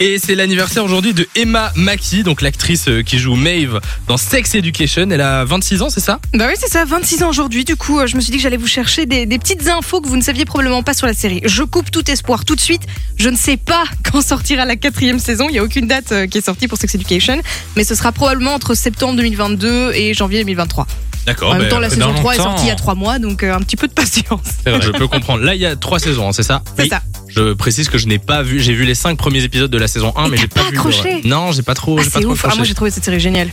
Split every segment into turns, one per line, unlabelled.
Et c'est l'anniversaire aujourd'hui de Emma Mackey, donc l'actrice euh, qui joue Maeve dans Sex Education. Elle a 26 ans, c'est ça
Bah oui, c'est ça, 26 ans aujourd'hui. Du coup, euh, je me suis dit que j'allais vous chercher des, des petites infos que vous ne saviez probablement pas sur la série. Je coupe tout espoir tout de suite. Je ne sais pas quand sortira la quatrième saison. Il n'y a aucune date euh, qui est sortie pour Sex Education. Mais ce sera probablement entre septembre 2022 et janvier 2023.
D'accord.
en même
bah,
temps, la
après,
saison
dans
3 est
longtemps,
sortie il y a 3 mois, donc euh, un petit peu de patience.
c'est vrai, Je peux comprendre. Là, il y a 3 saisons, hein, c'est ça
C'est
Oui.
ça.
Je précise que je n'ai pas vu, j'ai vu les 5 premiers épisodes de la saison 1, mais,
Mais
j'ai pas,
t'as pas
vu. le
accroché
reste. Non, j'ai pas trop.
Ah,
j'ai pas
c'est
trop
ouf. Ah, moi,
accroché.
j'ai trouvé cette série géniale.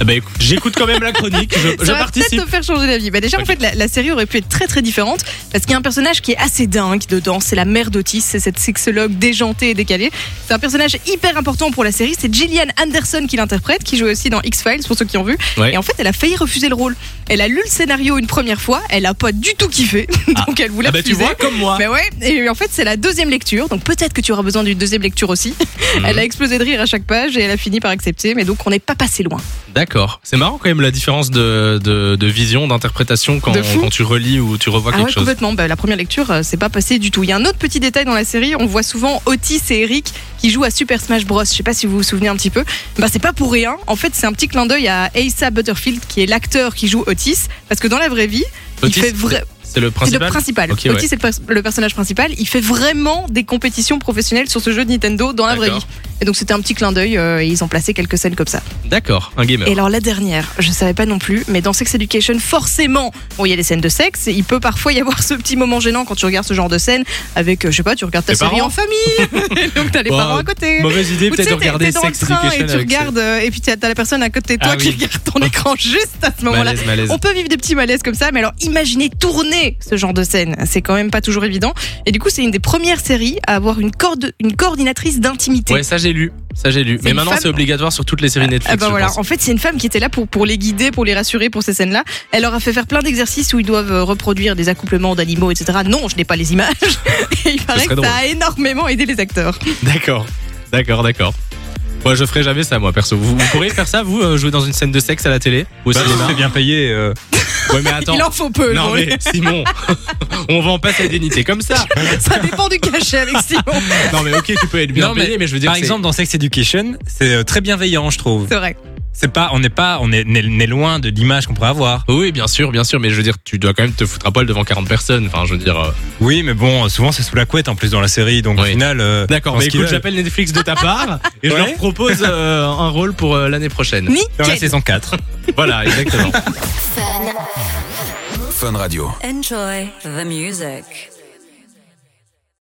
Eh ben, écoute, J'écoute quand même la chronique, je, je
Ça va peut-être
participe.
te faire changer d'avis. Bah déjà,
Ok.
en fait, la, la série aurait pu être très très différente parce qu'il y a un personnage qui est assez dingue dedans. C'est la mère d'Otis, c'est cette sexologue déjantée et décalée. C'est un personnage hyper important pour la série. C'est Gillian Anderson qui l'interprète, qui joue aussi dans X-Files pour ceux qui ont vu.
Ouais.
Et en fait, elle a failli refuser le rôle. Elle a lu le scénario une première fois, elle a pas du tout kiffé, donc elle voulait
Ah bah, tu
refuser.
vois, comme moi.
Mais ouais, et en fait c'est la deuxième lecture, donc peut-être que tu auras besoin d'une deuxième lecture aussi.
Mhm.
Elle a explosé de rire à chaque page et elle a fini par accepter, mais donc on n'est pas passé loin.
D'accord. C'est marrant quand même la différence de, de, de vision, d'interprétation quand,
De fou.
quand tu relis ou tu revois
Ah
quelque
ouais,
chose.
complètement. Bah, la première lecture, euh, c'est pas passé du tout. Il y a un autre petit détail dans la série. On voit souvent Otis et Eric qui jouent à Super Smash Bros. Je sais pas si vous vous souvenez un petit peu. Bah, c'est pas pour rien. En fait, c'est un petit clin d'œil à Asa Butterfield, qui est l'acteur qui joue Otis. Parce que dans la vraie vie,
Otis,
il fait vrai.
C'est le
C'est le
principal.
principal.
Ok, ouais.
Otis est le pers- le personnage principal. Il fait vraiment des compétitions professionnelles sur ce jeu de Nintendo dans la vraie
D'accord.
vie. Et donc, c'était un petit clin d'œil. euh, et ils ont placé quelques scènes comme ça.
D'accord, un gamer.
Et alors la dernière, je savais pas non plus, mais dans Sex Education, forcément, bon, il y a des scènes de sexe, et il peut parfois y avoir ce petit moment gênant quand tu regardes ce genre de scène avec, euh, je sais pas, tu regardes ta
Les
série
parents.
en famille, Et donc t'as les
Wow.
parents à côté.
Mauvaise idée
Ou tu sais,
peut-être de regarder
t'es- t'es dans le
Sex
train
Education
et tu
avec ses-
regardes, euh, et puis t'as t'as la personne à côté de toi
Ah
qui
oui.
regarde ton écran juste à ce moment-là.
Malaise, malaise.
On peut vivre des petits malaises comme ça, mais alors imaginez tourner ce genre de scène, c'est quand même pas toujours évident. Et du coup, c'est une des premières séries à avoir une, corde, une coordinatrice d'intimité.
Ouais, ça j'ai lu, ça j'ai lu.
C'est
Mais
une
maintenant
femme.
c'est obligatoire sur toutes les séries Netflix.
Ah bah
je
voilà.
pense.
En fait, c'est une femme qui était là pour, pour les guider, pour les rassurer pour ces scènes-là. Elle leur a fait faire plein d'exercices où ils doivent euh, reproduire des accouplements d'animaux, etc. Non, je n'ai pas les images. Et il paraît
serait
que ça a énormément aidé les acteurs.
D'accord, d'accord, d'accord. Moi je ferai jamais ça moi perso. Vous, vous pourriez faire ça vous euh, jouer dans une scène de sexe à la télé ou au
Bah,
cinéma
c'est bien payé. euh.
Ouais mais attends.
Il en faut peu.
Non
bon.
mais Simon, on va en passer à des nités comme ça.
Ça dépend du cachet avec Simon.
Non mais ok tu peux être bien
Non, mais
payé mais, je veux dire
Par
c'est-
exemple, dans Sex Education, c'est euh, très bienveillant, je trouve.
C'est vrai.
C'est pas, on n'est pas, on est, n'est- n'est loin de l'image qu'on pourrait avoir.
Oui bien sûr bien sûr mais je veux dire tu dois quand même te foutre à poil devant 40 personnes. Enfin je veux dire. euh,
Oui, mais bon, euh, souvent c'est sous la couette en plus dans la série, donc
Oui.
au final. euh,
D'accord,
on
mais
se
écoute,
kiffe.
j'appelle Netflix de ta part et je
Ouais.
leur propose euh, un rôle pour euh, l'année prochaine.
dans la
Nickel.
saison 4.
Voilà, exactement.
Fun Radio.
Enjoy the music.